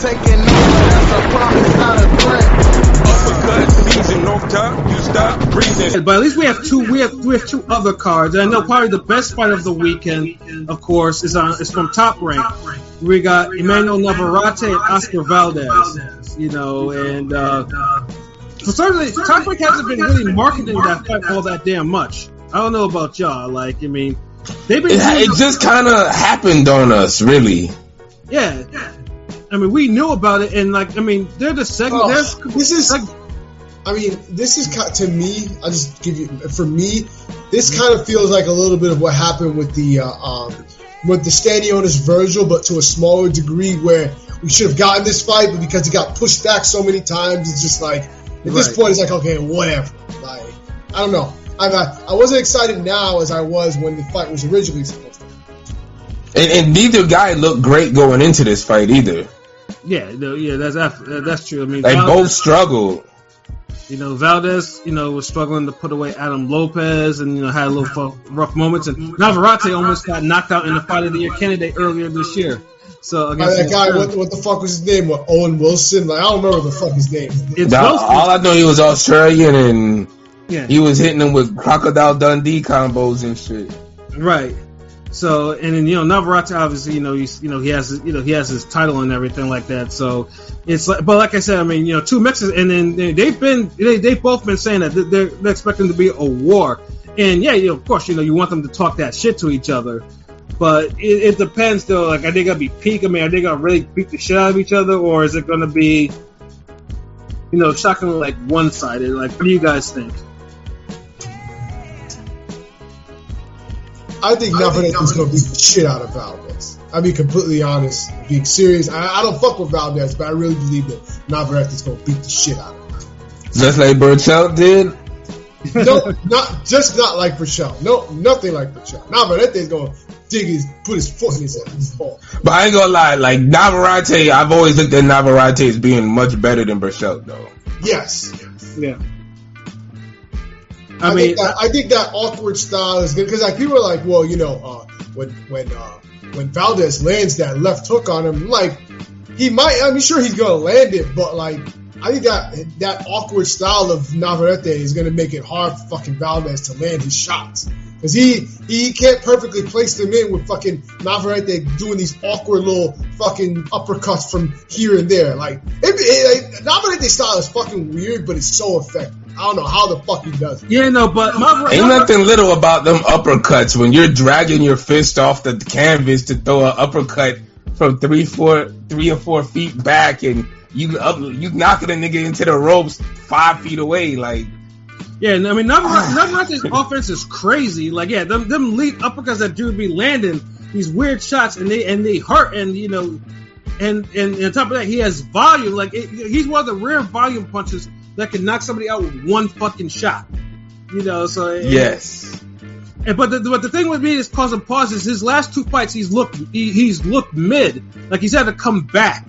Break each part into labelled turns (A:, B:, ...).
A: taking over. That's a promise, not a threat.
B: Uppercut, season, no top, you stop breathing.
C: But at least we have two. We have we have two other cards. And I know probably the best fight of the weekend, of course, is on is from Top Rank. We got Emmanuel Navarrete and Oscar Valdez. You know, and uh, for some reason, Top Rank hasn't been really marketing that fight all that damn much. I don't know about y'all. Like, I mean, they've been.
D: It,
C: doing-
D: it just kind of happened on us, really.
C: yeah. I mean, we knew about it, and like, I mean, they're the second.
E: Oh,
C: they're-
E: this is-
C: like,
E: I mean, this is ki- to me. I will just give you for me. This kind of feels like a little bit of what happened with the uh, um, with the Stanionis Virgil, but to a smaller degree, where we should have gotten this fight, but because it got pushed back so many times, it's just like at this
C: Right.
E: point, it's like okay, whatever. Like I don't know. I'm not, I wasn't excited now as I was when the fight was originally supposed to.
D: And, and neither guy looked great going into this fight either.
C: yeah, no, yeah, that's af- uh, that's true. I mean,
D: They
C: Valdez-
D: both struggled.
C: You know, Valdez, you know, was struggling to put away Adam Lopez and, you know, had a little fu- rough moments. And Navarrete almost got knocked out in the Fight of the Year candidate earlier this year. So,
E: Like,
C: against
E: that guy, what, what the fuck was his name? What Owen Wilson? Like I don't remember the fuck his name.
C: it's
D: Now,
C: Wilson.
D: all I know, he was Australian and
C: yeah,
D: he was hitting them with crocodile Dundee combos and shit.
C: right. So, and then, you know, Navarrete, obviously, you know, he's, you know, he has, his- you know, he has his title and everything like that. So it's like, but like I said, I mean, you know, two mixes and then they- they've been, they, they've both been saying that they're, they're expecting to be a war. And yeah, you know, of course, you know, you want them to talk that shit to each other. But it, it depends, though. Like, are they gonna be peak? I mean, are they gonna really beat the shit out of each other, or is it gonna be, you know, shockingly like one sided? Like, what do you guys think?
E: I think Navarrete's going to beat the shit out of Valdez. I'll be completely honest, being serious. I, I don't fuck with Valdez, but I really believe that Navarrete's going to beat the shit out of him.
D: Just like Burchell did.
E: No, not just not like Pichel. No, nothing like Pichel. Navarrete's going to dig his, put his foot in his ass. Oh.
D: But I ain't gonna lie, like Navarrete, I've always looked at Navarrete as being much better than Burchell, though.
E: Yes,
C: Yeah.
E: I,
C: I mean,
E: think that, I think that awkward style is good because like people are like, well, you know, uh, when when uh, when Valdez lands that left hook on him, like he might, I'm sure he's gonna land it, but like I think that that awkward style of Navarrete is gonna make it hard for fucking Valdez to land his shots because he he can't perfectly place them in with fucking Navarrete doing these awkward little fucking uppercuts from here and there. Like it, it, like, Navarrete's style is fucking weird, but it's so effective. I don't know how the fuck he does. it.
C: yeah, no, but Navar-
D: Ain't nothing little about them uppercuts when you're dragging your fist off the canvas to throw an uppercut from three, four, three or four feet back, and you up, you knocking a nigga into the ropes five feet away. Like
C: Yeah, I mean, Navarate's offense is crazy. Like, yeah, them them lead uppercuts that dude be landing these weird shots, and they and they hurt, and you know, and and, and on top of that, he has volume. Like, it, he's one of the rare volume punches that can knock somebody out with one fucking shot. You know, so
D: yes,
C: and, but the, but the thing with me is causing pauses. His last two fights, he's looked he, he's looked mid. Like he's had to come back.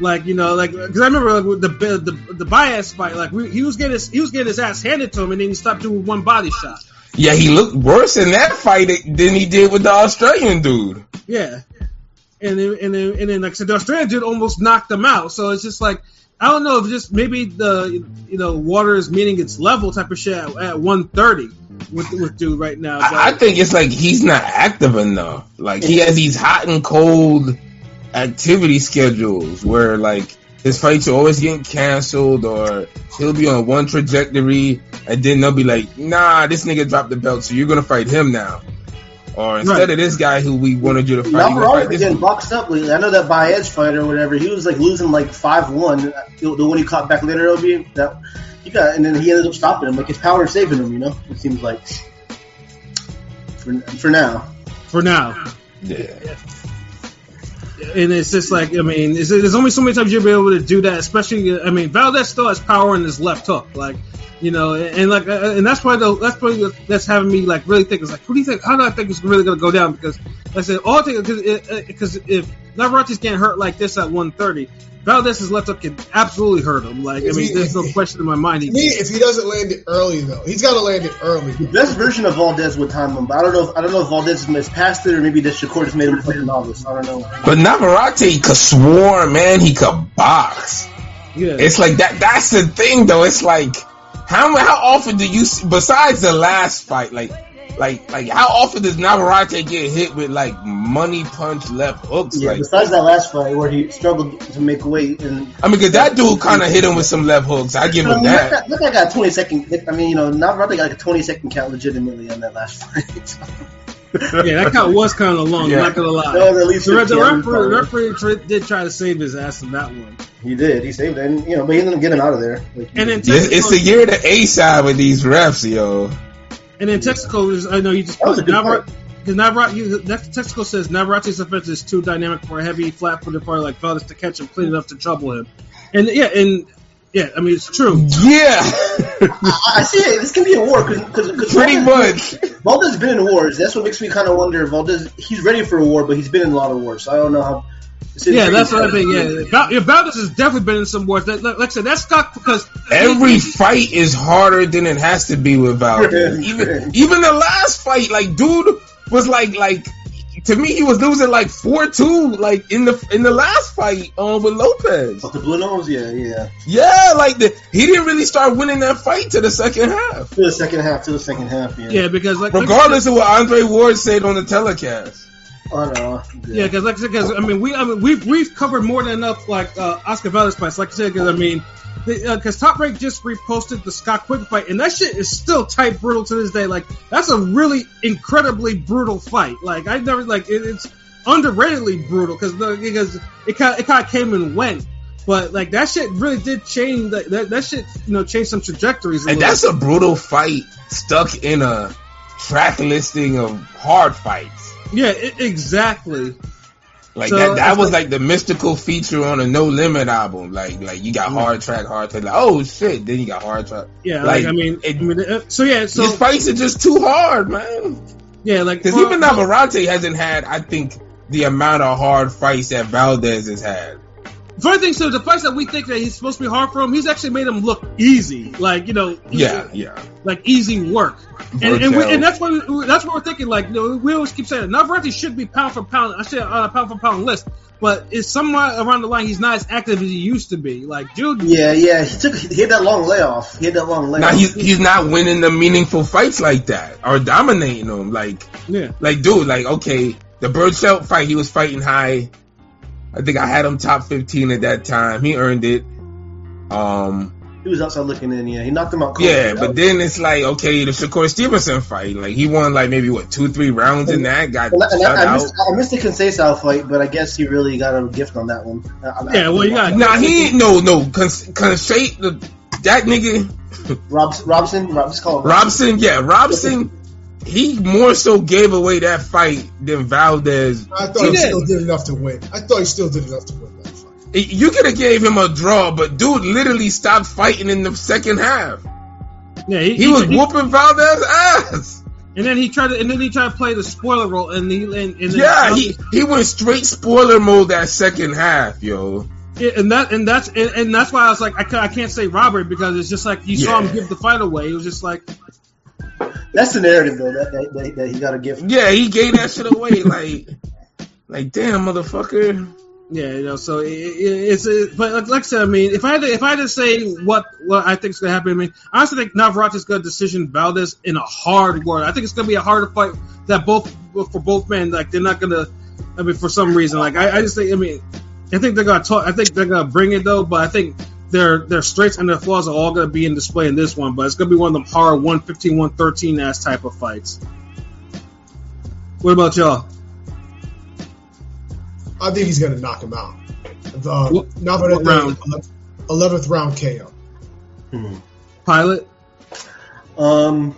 C: Like you know, like because I remember like, with the the the bias fight. Like we, he was getting his, he was getting his ass handed to him, and then he stopped doing one body shot.
D: yeah, he looked worse in that fight than he did with the Australian dude.
C: Yeah. And then, and then, and then, like I said, the Australian dude almost knocked them out. So it's just like, I don't know if just maybe the, you know, water is meeting its level type of shit at, at 130 with, with dude right now. But-
D: I, I think it's like he's not active enough. Like he has these hot and cold activity schedules where like his fights are always getting canceled or he'll be on one trajectory and then they'll be like, nah, this nigga dropped the belt, so you're gonna fight him now. Or instead
C: Right.
D: of this guy who we wanted you to fight, you're gonna
F: Navarro
D: fight this
F: getting boxed up lately. I know that Baez fight or whatever, he was like losing like five one. The the one he caught back later, Obi, that he got, and then he ended up stopping him. Like his power saving him, you know. It seems like for for now.
C: for now.
D: dude. Yeah.
C: and it's just like I mean, it's, there's only so many times you'll be able to do that. Especially, I mean, Valdez still has power in his left hook, like you know, and like, uh, and that's why though that's probably what- that's having me like really think it's like, who do you think? How do I think it's really gonna go down? Because like I said all because because uh, if Navarrete can't hurt like this at 130. Valdez's left up can absolutely hurt him. Like, I
E: If
C: mean,
E: he-
C: there's no question in my mind.
E: To
C: He,
E: me, if he doesn't land it early though, he's got to land it early.
F: The best version of Valdez would time him, but I don't know. If, I don't know if Valdez has passed it or maybe that Shakur just made him fucking novice. I don't know.
D: But Navarrete could swarm, man. He could box.
C: yeah.
D: It's like that. That's the thing, though. It's like how how often do you see- besides the last fight, like like like how often does Navarrete get hit with like money punch left hooks?
F: Yeah,
D: like
F: besides that last fight where he struggled to make weight and
D: I mean, 'cause that dude kind of hit him with some left hooks. I give him that.
F: Look, I got a 20 second. I mean, you know, Navarrete got like a 20 second count legitimately on that last fight.
C: yeah, that count was kind of long.
D: Yeah.
C: I'm not gonna lie.
F: That was at least
C: the, re- the
F: 50, I
C: referee,
F: remember.
C: referee tri- did try to save his ass in that one.
F: he did. He saved it. And, you know, but he ended up getting out of there. Like,
C: And then
D: It's, it's the
C: Texaco,
D: year of the A side with these refs, yo.
C: and then Texaco is. I know you just
F: That was a
C: put
F: good
C: Navarrete. Because Navarrete, next Texaco says Navarrete's offense is too dynamic for a heavy, flat-footed player like Valdez to catch him clean enough to trouble him. And yeah, and yeah, I mean it's true.
D: Yeah,
F: I, I see it. This can be a war because
D: pretty much.
F: Valdez has been in wars. That's what makes me kind of wonder. Valdez, he's ready for a war, but he's been in a lot of wars. So I don't know how. it's
C: Yeah,
F: intriguing.
C: that's what I think. Yeah, Val- yeah, Valdez has definitely been in some wars. That, like like I said, that's Scott because
D: Every fight is harder than it has to be with Valdez. Even even the last fight, like dude was like like to me he was losing like four two like in the in the last fight um with Lopez.
F: But Oh, the blue nose, yeah, yeah.
D: Yeah, like the, he didn't really start winning that fight to the second half.
F: To the second half, to the second half, yeah.
C: yeah, because like like-
D: Regardless of what Andre Ward said on the telecast.
F: I don't know.
C: Yeah, because like I said, 'cause, I mean, we I mean, we've we've covered more than enough like uh, Oscar Valdez fights. Like I said, because I mean, because uh 'cause Top Rank just reposted the Scott Quick fight, and that shit is still tight, brutal to this day. Like that's a really incredibly brutal fight. Like I never like it, it's underratedly brutal because because it kind it kind of came and went. But like that shit really did change that that, that shit you know changed some trajectories. A
D: And
C: little
D: that's a brutal fight stuck in a track listing of hard fights.
C: bit. yeah, it, exactly.
D: Like
C: So,
D: that, that
C: it's
D: was
C: like-
D: like the mystical feature on a No Limit album. Like, like you
C: Mm.
D: got hard track, hard track. Like, oh shit! Then you got hard track.
C: Yeah, like,
D: Like,
C: I mean,
D: it-
C: I mean uh, so yeah, so
D: These fights are just too hard, man.
C: yeah, like
D: Because
C: uh,
D: even Navarrete hasn't had, I think, the amount of hard fights that Valdez has had.
C: Mm-hmm. Funny thing, so the fights that we think that he's supposed to be hard for him, he's actually made him look easy, like you know, easy-
D: Yeah, yeah.
C: like easy work. And, and, we,
D: Virgil.
C: and that's what we, that's what we're thinking. Like you know, we always keep saying Navarrete should be pound for pound. I say on a pound for pound list, but it's somewhere around the line he's not as active as he used to be. Like dude,
F: Yeah, yeah. He took. He had that long layoff. He had that long layoff.
D: Now he's he's not winning the meaningful fights like that or dominating them. Like,
C: yeah,
D: like dude, like okay, the Burchell fight, he was fighting high. I think I had him top fifteen at that time. He earned it. Um.
F: he was outside looking in. Yeah, he knocked him out. cold.
D: Yeah,
F: That
D: but
F: was-
D: then it's like okay, the Shakur Stevenson fight, like he won like maybe what two, three rounds in that, got
F: And I, and
D: shut
F: I, I,
D: out.
F: missed, I missed the Conceição fight, but I guess he really got a gift on that one. I, I-
C: yeah. Well, you got
D: Nah, he ain't- no no cons- Conchate the that nigga
F: Robs, Robson. Robson called him.
D: Robson, yeah Robson, he more so gave away that fight than Valdez.
E: I thought
C: He
E: he,
C: did.
E: still did enough to win. I thought he still did enough to win that fight.
D: You could have gave him a draw, but dude literally stopped fighting in the second half.
C: yeah. He,
D: He was whooping Valdez ass.
C: and then he tried to, and then he tried to play the spoiler role, and he and, and then-
D: Yeah, he he went straight spoiler mode that second half, yo.
C: Yeah, and that and that's and, and that's why I was like I, ca- I can't say Robert because it's just like you saw
D: Yeah.
C: him give the fight away. It was just like
F: That's the narrative, though, that, that, that, that he got a gift.
D: Yeah, he gave that shit away. Like, like damn, motherfucker.
C: yeah, you know. So it, it, it's it, but like, like I said, I mean, if I had to, if I had to say what what I think is going to happen, I mean, I honestly think Navarrete's going to decision Valdez in a hard war. I think it's going to be a harder fight that both for both men. Like they're not going to. I mean, for some reason, like I, I just think I mean, I think they're going to talk. I think they're going to bring it though, but I think. Their, their strengths and their flaws are all going to be in display in this one, but it's going to be one of them hard 115, 113 ass type of fights. What about y'all?
E: I think he's going to knock him out. The
C: What-
E: Navarrete
C: what round? Uh,
E: eleventh round KO.
D: Hmm.
C: Pilot?
F: Um,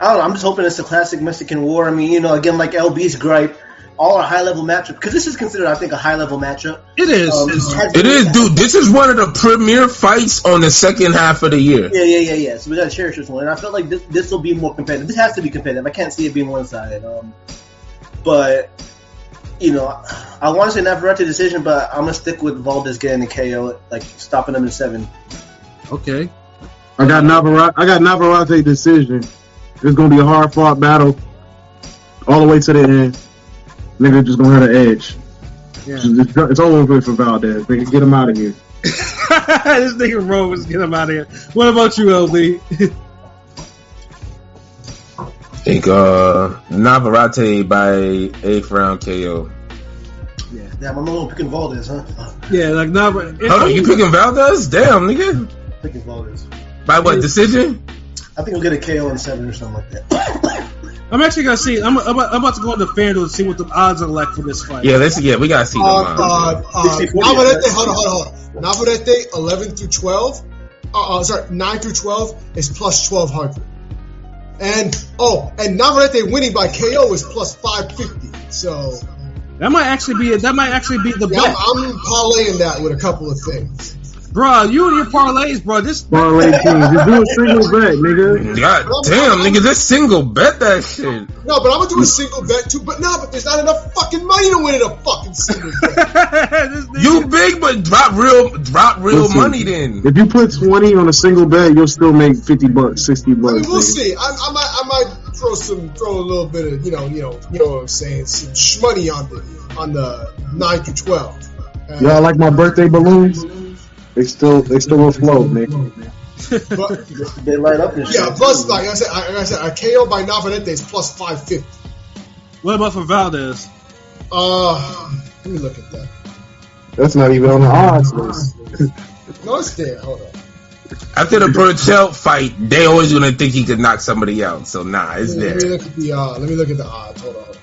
F: I don't know. I'm just hoping it's a classic Mexican war. I mean, you know, again, like LB's gripe, all our high level matchup, because this is considered, I think, a high level matchup.
C: It is.
F: Um,
C: It's-
F: has-
D: It is, dude. This is one of the premier fights on the second half of the year.
F: Yeah, yeah, yeah, yeah. So we gotta cherish this one, and I felt like this this will be more competitive. This has to be competitive. I can't see it being one sided. Um, but you know, I want to say Navarrete decision, but I'm gonna stick with Valdez getting the KO, like stopping him in seven.
C: Okay.
G: I got Navarrete. I got Navarrete decision. It's gonna be a hard fought battle, all the way to the end. Nigga just gonna have an edge.
C: Yeah.
G: It's, it's all over for Valdez. Nigga, get him out of here.
C: this nigga Rome was get him out of here. What about you, LB?
D: Take uh Navarrete by eighth round KO.
F: Damn, I'm a little picking Valdez, huh? Uh, Fuck,
C: yeah, like Navarrete.
D: Oh, you picking Valdez? Damn, nigga.
F: Picking Valdez.
D: By what decision?
F: I think we'll get a KO in seven or something like that.
C: I'm actually gonna see. I'm, I'm, I'm about to go into FanDuel and see what the odds are like for this fight.
D: Yeah, let's yeah, we gotta see the
E: Uh,
D: line.
E: uh, uh,
F: 64, yeah,
E: Navarrete,
F: that's-
E: hold on, hold on, hold on. Navarrete, 11 through 12, uh, uh, sorry, 9 through 12 is plus 1200. And, oh, and Navarrete winning by KO is plus 550. So,
C: That might actually be. That might actually be the
E: yeah, I'm,
C: bet,
E: I'm parlaying that with a couple of things.
C: bro. You and your parlays, bro. This
G: Parlay teams. Just do a single bet, nigga.
D: God damn, nigga, this single bet that shit.
E: No, but I'm
D: Mm.
E: gonna do a single bet too. But no, but there's not enough fucking money to win in a fucking single bet.
C: This nigga-
D: You big, but drop real, drop real
G: Listen,
D: money then.
G: If you put twenty on a single bet, you'll still make fifty bucks, sixty
E: I
G: bucks.
E: mean, we'll see.
G: nigga.
E: I, I might, I might throw some, throw a little bit of, you know, you know, you know what I'm saying, some shmoney on the, on the nine through twelve. Uh, And-
G: Y'all like my birthday balloons? They still, they still will float, nigga.
E: but,
F: they light up and shit.
E: yeah, plus like I said, I, like I said, a KO by Navarrete is plus five fifty.
C: What about for Valdez?
E: Uh, let me look at that.
G: That's not even on the odds list.
E: No, it's there. Hold on.
D: After the Burchell fight, they always gonna think he could knock somebody out. So nah, it's
E: let, me
D: there.
E: look at the, uh, let me look at the odds. Hold on. Hold on.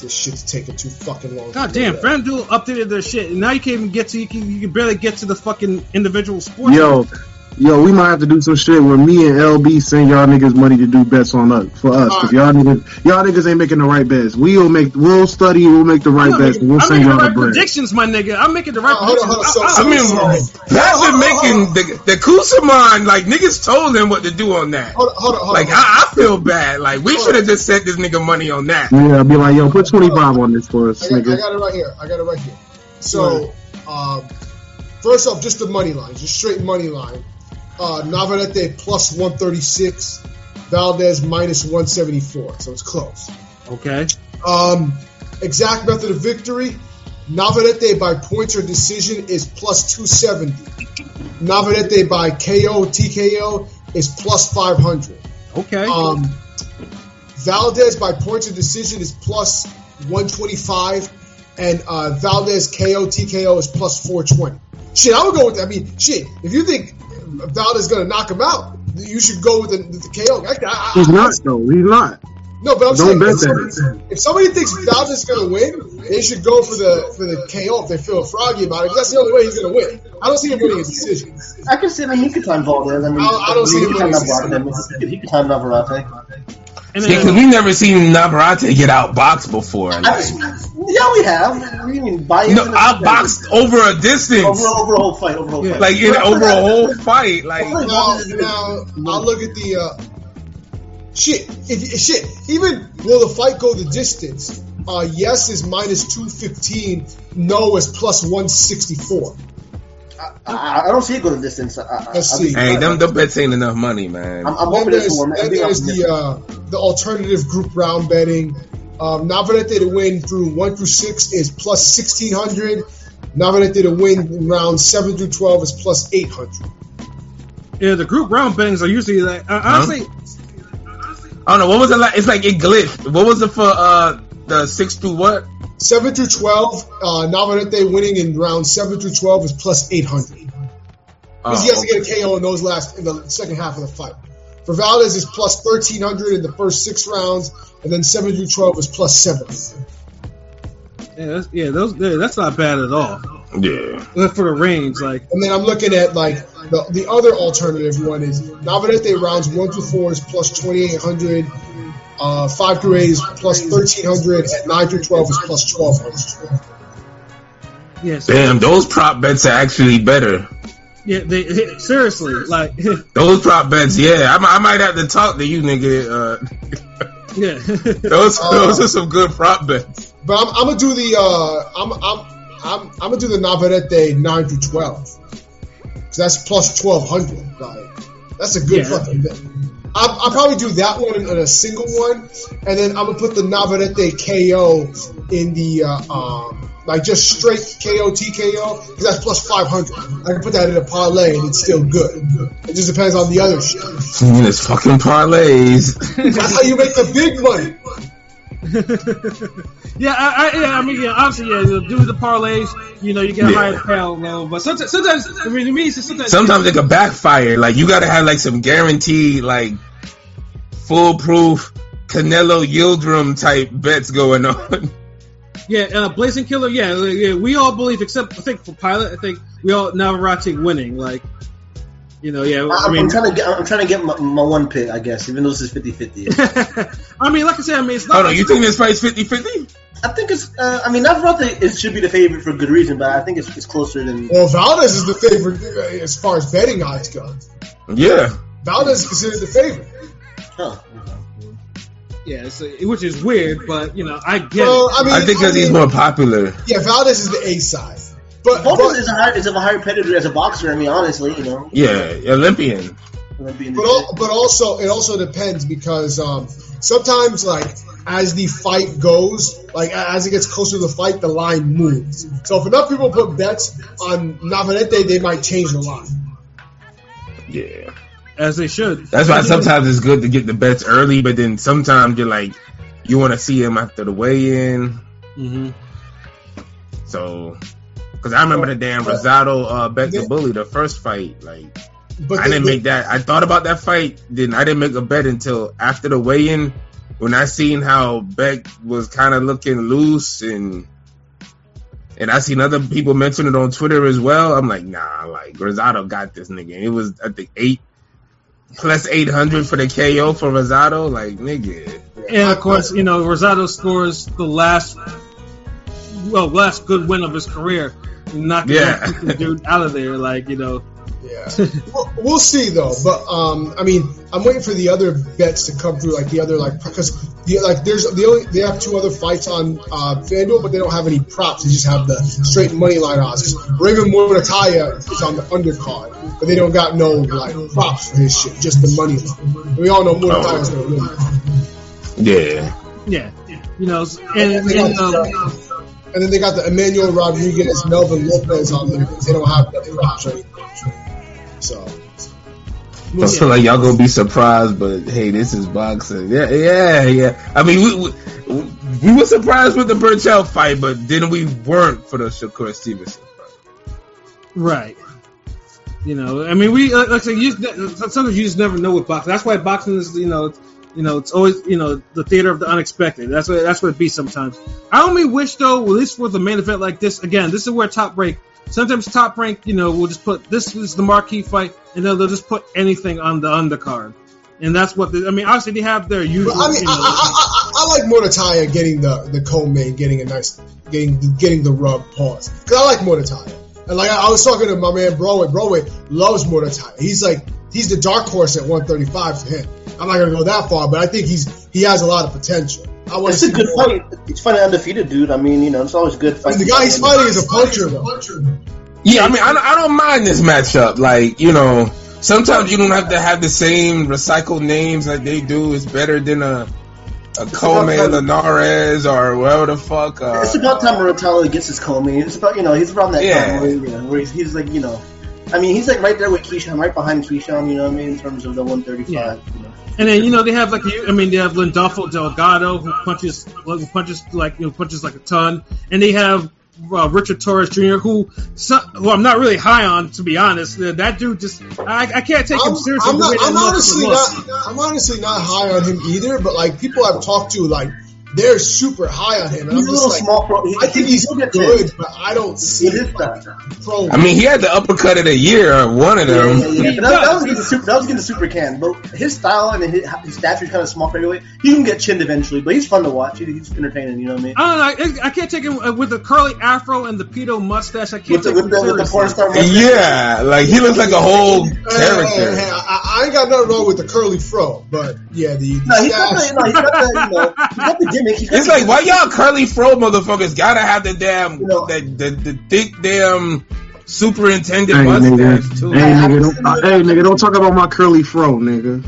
E: This shit's taking too fucking long. to
C: God
E: look
C: damn,
E: at.
C: FanDuel updated their shit, and now you can't even get to you can, you can barely get to the fucking individual sport.
G: Yo, yo, we might have to do some shit where me and LB send y'all niggas money to do bets on us for us. Cause y'all niggas, y'all niggas ain't making the right bets. We'll make, we'll study, we'll make the right
C: I'm
G: bets.
C: making,
G: We'll
C: I'm
G: send
C: making
G: y'all
C: the
G: the
C: right
G: bread.
C: predictions, my nigga. I'm making the right
E: Oh, hold on,
C: predictions. Ah,
E: hold on.
C: I-
E: So-
D: I
C: I-
D: mean, Pat been making the the Kusaman like niggas told him what to do on
F: Oh.
D: that.
E: Hold on, hold on, hold
D: Like ah,
E: on.
D: I, I feel bad. Like we should have just sent this nigga money on that.
G: Yeah, be like, yo, put twenty five on this for us,
E: I got, I
G: nigga.
E: got it right here. I got it right here. So, um, first off, just the money line, just straight money line. Uh, Navarrete plus 136, Valdez minus 174. So it's close.
C: ah. okay,
E: Um, exact method of victory Navarrete by points or decision is plus 270. Navarrete by KO, TKO is plus 500.
C: okay,
E: Um, Valdez by points of decision is plus 125, and uh, Valdez KO TKO is plus 420. Shit, I would go with that. I mean, shit, if you think Valdez is going to knock him out, you should go with the, the KO. I, I,
G: He's
E: I-
G: not though. He's not.
E: no, but I'm
G: Don't
E: saying
G: bet
E: if,
G: that.
E: somebody, if somebody thinks Valdez is going to win, they should go for the for the KO if they feel froggy about it. 'cause That's the only way he's going to win. I don't see him winning his decision.
F: I can see him. He could time Valdez. I mean,
E: I- I don't see
F: he
E: him
F: could time
E: losing.
F: Navarrete. He could time Navarrete.
C: and
D: Yeah, because
C: then,
D: we never seen Navarrete get outboxed before.
F: I
D: Like,
F: just- yeah, we have. We mean bias.
D: no, outboxed over a distance,
F: over over a whole fight. Over a whole
C: Yeah.
F: fight.
D: like in over a whole fight. Like
E: Now, now I'll look at the uh, shit. If, shit. Even will the fight go the distance? Uh, yes is minus two fifteen. No is plus one sixty four.
F: I, I don't see it go the distance. I, I,
E: Let's
F: I-
E: see.
D: hey, them them bets ain't enough money, man.
F: I'm, I'm
E: Then
F: hoping it's
E: there's,
F: one. I
E: then
F: think I'm
E: there's the uh, the alternative group round betting. Um, Navarrete to win through one through six is plus sixteen hundred. Navarrete to win in round seven through twelve is plus eight hundred.
C: yeah, the group round bangs are usually like uh, honestly.
D: I don't know what was the last. It's like it glitched. What was it for? Uh, the six through what?
E: Seven through twelve, uh, Navarrete winning in round seven through twelve is plus eight hundred.
D: Oh,
E: Because he has to get a KO in those last in the second half of the fight. For Valdez is plus thirteen hundred in the first six rounds, and then seven through twelve is plus seven.
C: Yeah, that's, yeah, those yeah, that's not bad at all
D: Oh, yeah.
C: Uh, for the range. Like
E: And then I'm looking at like the, the other alternative one is Navarrete rounds one through four is plus twenty eight hundred, uh, five through eight is plus thirteen hundred, and nine through twelve is plus twelve hundred.
C: yes, yeah,
D: Damn, those prop bets are actually better.
C: they, seriously, like
D: Those prop bets, yeah. I, mi- I might have to talk to you, nigga. Uh,
C: Yeah.
D: Those those are some good prop bets.
E: But I'm, I'm gonna do the uh, I'm I'm I'm I'm gonna do the Navarrete nine through twelve. So that's plus twelve hundred. Like that's a good
C: Yeah.
E: fucking bet. I'll, I'll probably do that one in, in a single one, and then I'm gonna put the Navarrete KO in the uh, um, like just straight KO TKO because that's plus five hundred. I can put that in a parlay and it's still good. It just depends on the other shit.
D: Even his fucking parlays.
E: That's how you make the big money.
C: yeah, I, I, yeah, I mean, yeah, obviously, yeah, you know, do the parlays, you know, you get a
D: Yeah.
C: higher payout level, but sometimes, sometimes, I mean, to me, it's just sometimes,
D: Sometimes it could backfire. Like you gotta have like some guaranteed, like foolproof Canelo Yildirim type bets going on.
C: yeah, uh, Blazing Killer, yeah, like, yeah, we all believe, except I think for Pilot, I think we all Navarrete winning, like, you know, yeah, I
E: uh,
F: I'm,
C: mean,
F: I'm trying to get I'm trying to get my, my one pick, I guess, even though this is 50-50.
C: I mean, like I said, I mean, it's not.
D: Hold on, you think this fight's 50-50?
F: I think it's uh, I mean Navarrete it should be the favorite for good reason, but I think it's, it's closer than
E: Well, Valdez is the favorite uh, as far as betting odds go.
D: Yeah.
E: Valdez is considered the favorite.
F: huh.
C: yeah, so, which is weird, but you know, I get
E: Well,
C: it.
E: I mean,
D: I think because he's more popular.
E: Yeah, Valdez is the A side, but,
F: Volkov
E: but,
F: is a higher, is of a higher pedigree as a boxer. I mean, honestly, you know.
D: Yeah, Olympian.
F: But
E: but, al- but also it also depends because um, sometimes like as the fight goes, like a- as it gets closer to the fight, the line moves. So if enough people put bets on Navarrete, they might change the line.
D: Yeah.
C: as they should.
D: That's why sometimes it's good to get the bets early, but then sometimes you're like, you want to see him after the weigh-in.
C: hmm
D: So, because I remember the damn Rosado uh, bet the bully the first fight. Like
E: But
D: I
E: the-
D: didn't make that. I thought about that fight, then I didn't make a bet until after the weigh-in when I seen how Beck was kind of looking loose and. And I seen other people mention it on Twitter as well. I'm like, nah, like Rosado got this nigga. And it was I think eight plus eight hundred for the KO for Rosado. Like nigga,
C: And of course, you know, Rosado scores the last, well, last good win of his career, knocking
D: Yeah.
C: that fucking dude out of there. Like, you know,
E: Yeah, we'll, we'll see though. But um, I mean, I'm waiting for the other bets to come through, like the other like because the like there's the only they have two other fights on uh, FanDuel, but they don't have any props. They just have the straight money line odds. 'Cause Raymond Murataya is on the undercard, but they don't got no like props for his shit, just the money line. We all know Murataya's gonna win.
D: yeah,
C: yeah, you know, and, and uh,
E: And then they got the Emmanuel Rodriguez, Melvin Lopez on there. They don't have the props. or anything. So
D: I feel like y'all gonna be surprised, but hey, this is boxing. Yeah, yeah, yeah. I mean, we we, we were surprised with the Burchell fight, but then we weren't for the Shakur Stevenson fight.
C: right. You know, I mean, we like like I said, you just, sometimes you just never know with boxing. That's why boxing is, you know, you know, it's always, you know, the theater of the unexpected. That's what that's what it be sometimes. I only wish though, at least with a main event like this, again, this is where top rank. Sometimes top rank, you know, will just put this is the marquee fight, and then they'll just put anything on the undercard, and that's what the, I mean. Obviously, they have their usual.
E: But I mean,
C: you
E: I,
C: know,
E: I, I, I, I like Mortataya getting the the co-main, getting a nice, getting getting the rub pause because I like Mortataya. And like I, I was talking to my man Broadway, Broadway loves Mortataya. He's like he's the dark horse at 135 for him. I'm not gonna go that far, but I think he's he has a lot of potential. I want
F: it's a good fight. It's fighting undefeated, dude. I mean, you know, it's always good
E: I
F: fight.
E: mean, the guy he's fighting is a puncher though.
D: Yeah, I mean, I, don't- I don't mind this matchup. Like, you know, sometimes you don't have to have the same recycled names like they do. It's better than a a Coleman Linares or whatever the fuck. Uh,
F: It's about time Rotella gets his Comey. It's about you know he's around that
D: Yeah.
F: time where, you know, where he's, he's like you know, I mean he's like right there with Keyshawn, right behind Keyshawn. You know what I mean in terms of the 135. You know.
C: And then you know they have like a- I mean they have Lindolfo Delgado who punches who punches like you know punches like a ton, and they have uh, Richard Torres Jr. who so, who I'm not really high on to be honest. Uh, That dude just I, I can't take
E: I'm,
C: him seriously.
E: I'm,
C: the way
E: not,
C: that
E: I'm
C: motherfucker
E: honestly
C: looks.
E: not. I'm honestly not high on him either. But like people I've talked to, like they're super high on him. And
F: He's a
E: I'm
F: little
E: just like,
F: small. Pro, he,
E: I think
F: he-
E: he's
F: he'll get there.
E: good, but I don't
F: He
E: see
F: is
E: it.
F: that.
E: pro.
D: I mean, he had the uppercut of the year, or one of
F: Yeah,
D: them.
F: yeah, yeah. But That, that was getting super. That was getting super can. But his style and his, his stature's kind of small for heavyweight. He can get chinned eventually, but he's fun to watch. He, he's entertaining. You know what I mean?
C: I don't know. I, I can't take him uh, with the curly afro and the pedo mustache. I can't
F: With the
C: take
F: with
C: him
F: the, with the
C: seriously.
F: porn star.
D: Yeah, like he looks like a whole
E: Hey, hey, hey,
D: character.
E: I, I ain't got nothing wrong with the curly fro, but yeah, the, the
F: No, he's got
E: stash.
F: the, no, he's got the, you know, he's got the gimmick. He's got
D: It's
F: the
D: like why y'all curly fro motherfuckers gotta have the damn
F: You know-
D: that the, the thick damn superintendent
G: Hey
D: mustache too.
G: nigga, hey nigga, don't, uh, hey nigga, don't talk about my curly fro, nigga.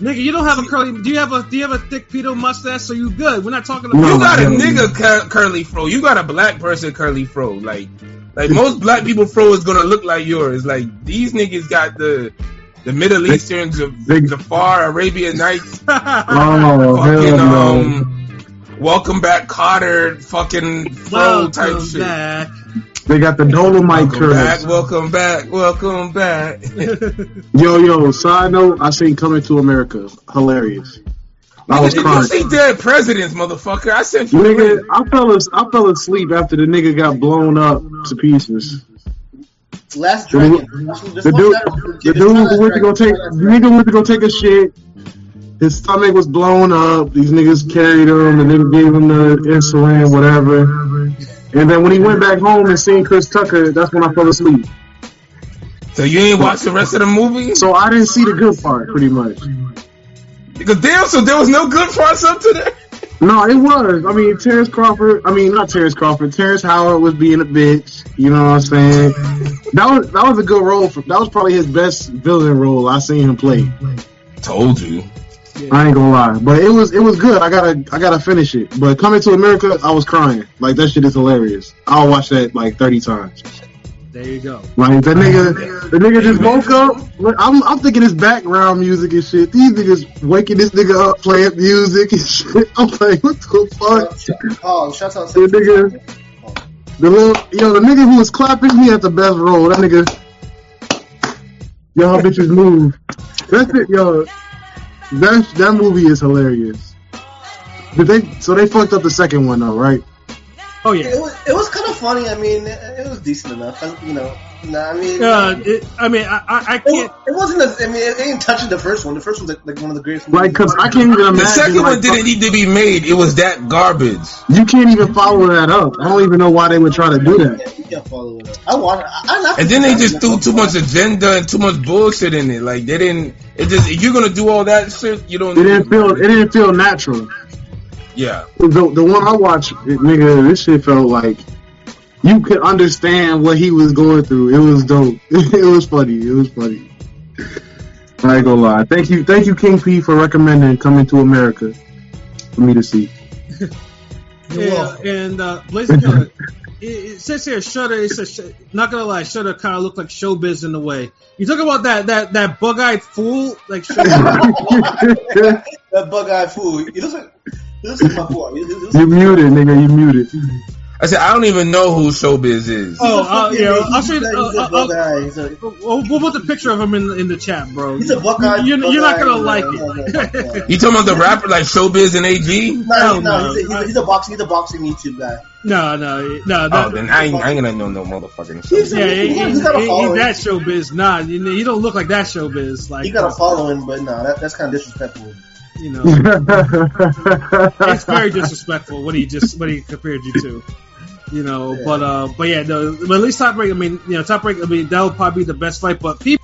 C: Nigga, you don't have a curly. Do you have a Do you have a thick pedo mustache? So you good? We're not talking about.
G: No.
D: You got a
G: Yeah.
D: nigga cur- curly fro. You got a black person curly fro. Like, like most black people fro is gonna look like yours. Like these niggas got the the Middle Eastern, Ja-
G: they-
D: Jafar, Arabian Nights,
G: Oh
D: fucking
G: hell no.
D: um, welcome back Cotter, fucking fro type
C: Welcome
D: shit.
C: back.
G: They got the Dolomite
D: Welcome back,
G: curls.
D: welcome back, welcome back.
G: Yo, yo. Side note: I seen Coming to America. Hilarious. I was
D: Did you
G: crying.
D: see dead presidents, motherfucker? I sent you. a
G: Nigga,
D: link.
G: I fell as, I fell asleep after the nigga got blown up to pieces.
F: Last
G: The
F: Dragon.
G: The dude, the dude who went to go take, the nigga went to go take a shit. His stomach was blown up. These niggas carried him, and nigga gave him the insulin, whatever. And then when he went back home and seen Chris Tucker, that's when I fell asleep.
D: So you ain't watched the rest of the movie?
G: So I didn't see the good part, pretty much.
D: Because damn, so there was no good for us up to that.
G: No, it was. I mean, Terrence Crawford. I mean, not Terrence Crawford. Terrence Howard was being a bitch. You know what I'm saying? That was that was a good role. For, that was probably his best villain role I seen him play.
D: Told you.
G: I ain't gonna lie, but it was it was good. I gotta I gotta finish it. But coming to America, I was crying. Like that shit is hilarious. I'll watch that like 30 times.
C: There you go.
G: Like that nigga, the nigga just woke up. Like, I'm I'm thinking it's background music and shit. These niggas waking this nigga up playing music and shit. I'm like, what the fuck?
F: Oh, shouts out
G: The nigga, the little yo, the nigga who was clapping, he had the best role. That nigga, y'all bitches move. That's it, yo. That that movie is hilarious. But they so they fucked up the second one though, right?
C: Oh
F: It
C: yeah.
F: was, it was kind of funny. I mean, it, it was decent enough. I, you know, nah, I mean,
C: Uh, it, I mean, I, I, I
F: it,
C: can't.
F: it wasn't. As, I mean, it, ain't touching the first one. The first one's like, like one of the greatest.
G: Like,
F: movies
G: cause
F: of all
G: I
F: time.
G: can't even imagine.
D: The second
G: like,
D: one didn't e- need to be made. It was that garbage.
G: You can't even follow that up. I don't even know why they would try to do that.
F: Yeah, you can't follow it up. I want. I, I laughed
D: And
F: at
D: then they
F: that.
D: just threw too much agenda and too much bullshit in it. Like they didn't. It just if you're gonna do all that shit, you don't.
G: It didn't feel it didn't feel natural.
D: Yeah.
G: The, the one I watched, it- nigga, this shit felt like you could understand what he was going through. It was dope. It was funny. It was funny. I ain't gonna lie. Thank you, thank you, King P, for recommending Coming to America for me to see.
E: You're
C: Yeah,
E: welcome.
C: and uh, Blazing Killer. It, it says here, Shutter. It says, sh- not gonna lie, Shutter kind of looked like Showbiz in a way. You talk about that that that bug-eyed fool, like Showbiz.
F: that bug-eyed fool. He looks like he looks like my boy. He, he looks
G: you muted, nigga. You muted.
D: I said I don't even know who Showbiz is.
C: Oh, uh,
F: He's a
C: yeah.
F: fucking-
C: I'll show you.
F: he's a-
C: Uh,
F: he's a
C: uh, uh,
F: Buckeye. He's a-
C: We'll, we'll put the picture of him in in the chat, bro.
F: he's a Buckeye.
C: You- You're, you're not
F: Buckeye.
C: gonna like
F: No, no, no,
C: it.
F: no.
D: You talking about the rapper like Showbiz and AG?
F: No,
C: Hell
F: no, he's a,
C: no.
F: he's, a, he's a boxing, he's a boxing YouTube guy.
C: no, no, no. That,
D: Oh, then I ain't, I ain't gonna know no motherfucking.
F: He's
D: Showbiz.
C: yeah, he, he,
F: He's
C: he,
F: got a
C: he-
F: following.
C: that showbiz. Nah, you, you don't look like that showbiz. Like
F: He got a following, but no, that, that's kind of disrespectful.
C: you know, it's very disrespectful what he just what he compared you to. You know,
F: Yeah.
C: but uh, but yeah, no, but at least top rank. I mean, you know, top rank. I mean, that would probably be the best fight. But P